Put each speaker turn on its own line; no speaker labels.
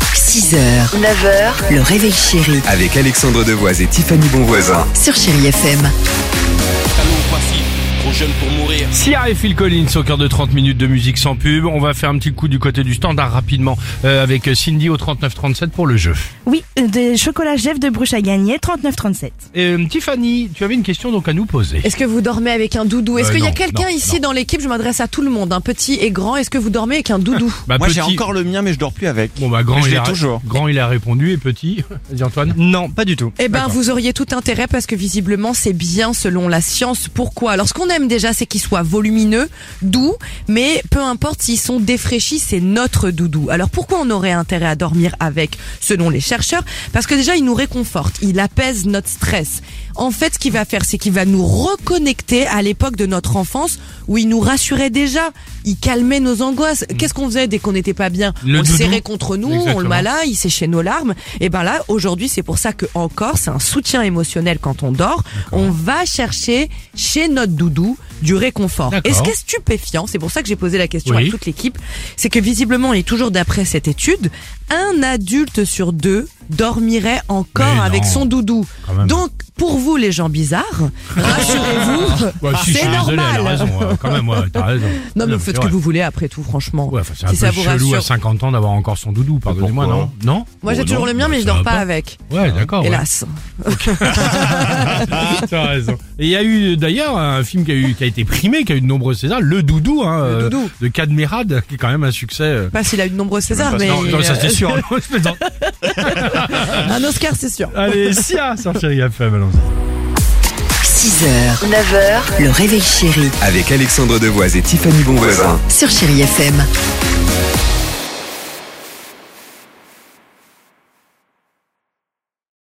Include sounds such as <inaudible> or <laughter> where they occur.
6h, 9h, le réveil chéri
Avec Alexandre Devoise et Tiffany Bonvoisin.
sur Chéri FM.
Allons, voici, trop jeune pour mourir.
Sia et Phil Collins au cœur de 30 minutes de musique sans pub. On va faire un petit coup du côté du standard rapidement euh, avec Cindy au 39-37 pour le jeu.
Oui, euh, des chocolats Jeff de Bruche à gagner, 39,37.
Euh, Tiffany, tu avais une question donc à nous poser.
Est-ce que vous dormez avec un doudou Est-ce
Euh,
qu'il y
non,
a quelqu'un
non,
ici
non.
dans l'équipe Je m'adresse à tout le monde, un petit et grand. Est-ce que vous dormez avec un doudou
Bah,
Moi
petit-
j'ai encore le mien mais je dors plus avec.
Bon bah grand
je
il,
l'ai
a...
toujours.
grand il a répondu et petit, <laughs> vas-y Antoine. Bah,
Non, pas du tout.
Eh ben,
D'accord.
vous auriez tout intérêt parce que visiblement, c'est bien selon la science. Pourquoi Alors, ce qu'on aime déjà, c'est qu'ils soient volumineux, doux, mais peu importe s'ils sont défraîchis, c'est notre doudou. Alors, pourquoi on aurait intérêt à dormir avec, selon les chercheurs Parce que déjà, il nous réconforte, il apaise notre stress. En fait, ce qu'il va faire, c'est qu'il va nous reconnecter à l'époque de notre enfance où il nous rassurait déjà, il calmait nos angoisses. Qu'est-ce qu'on faisait dès qu'on n'était pas bien
Mm. Le
On le
doudou.
serrait contre nous, on le
Exactement.
malade là, il séchait nos larmes. Et ben là, aujourd'hui, c'est pour ça que encore, c'est un soutien émotionnel quand on dort. On va chercher chez notre doudou du réconfort.
D'accord.
Et ce qui est stupéfiant, c'est pour ça que j'ai posé la question
Oui.
à toute l'équipe, c'est que visiblement, et toujours d'après cette étude, un adulte sur deux dormirait encore
Mais
avec
non.
son doudou.
Quand même.
Donc, pour vous, les gens
<laughs>
bizarres, rassurez-vous,
Ouais, si,
Ah, c'est
je suis désolé, elle a
normal.
raison, euh, quand même, ouais, t'as raison.
Non, mais
c'est
faites ce
vrai.
que vous voulez après tout, franchement.
Ouais, enfin, c'est
Si
un
ça
peu
vous
chelou à
rassure.
50 ans d'avoir encore son doudou, pardonnez-moi,
Ah, Pourquoi
non Non
Moi, j'ai
Oh,
toujours
non,
le mien, mais je
ça
dors
va
pas avec.
Ouais, d'accord. ouais.
Hélas.
Ah, <laughs> T'as raison. Et il y a eu d'ailleurs un film qui a, eu, qui a été primé, qui a eu de nombreux Césars, Le Doudou, hein,
Le
euh,
Doudou.
de Cadmerade, qui est quand même un succès. euh,
Pas s'il a eu de nombreux Césars, mais. euh,
non, non, ça c'est
<laughs>
sûr. Non, je plaisante.
Un Oscar, c'est sûr.
Allez, Sia sur Chéri FM, allons-y.
6h, 9h, le réveil chéri
Avec Alexandre Devoise et Tiffany Bonvoisin.
sur Chéri FM.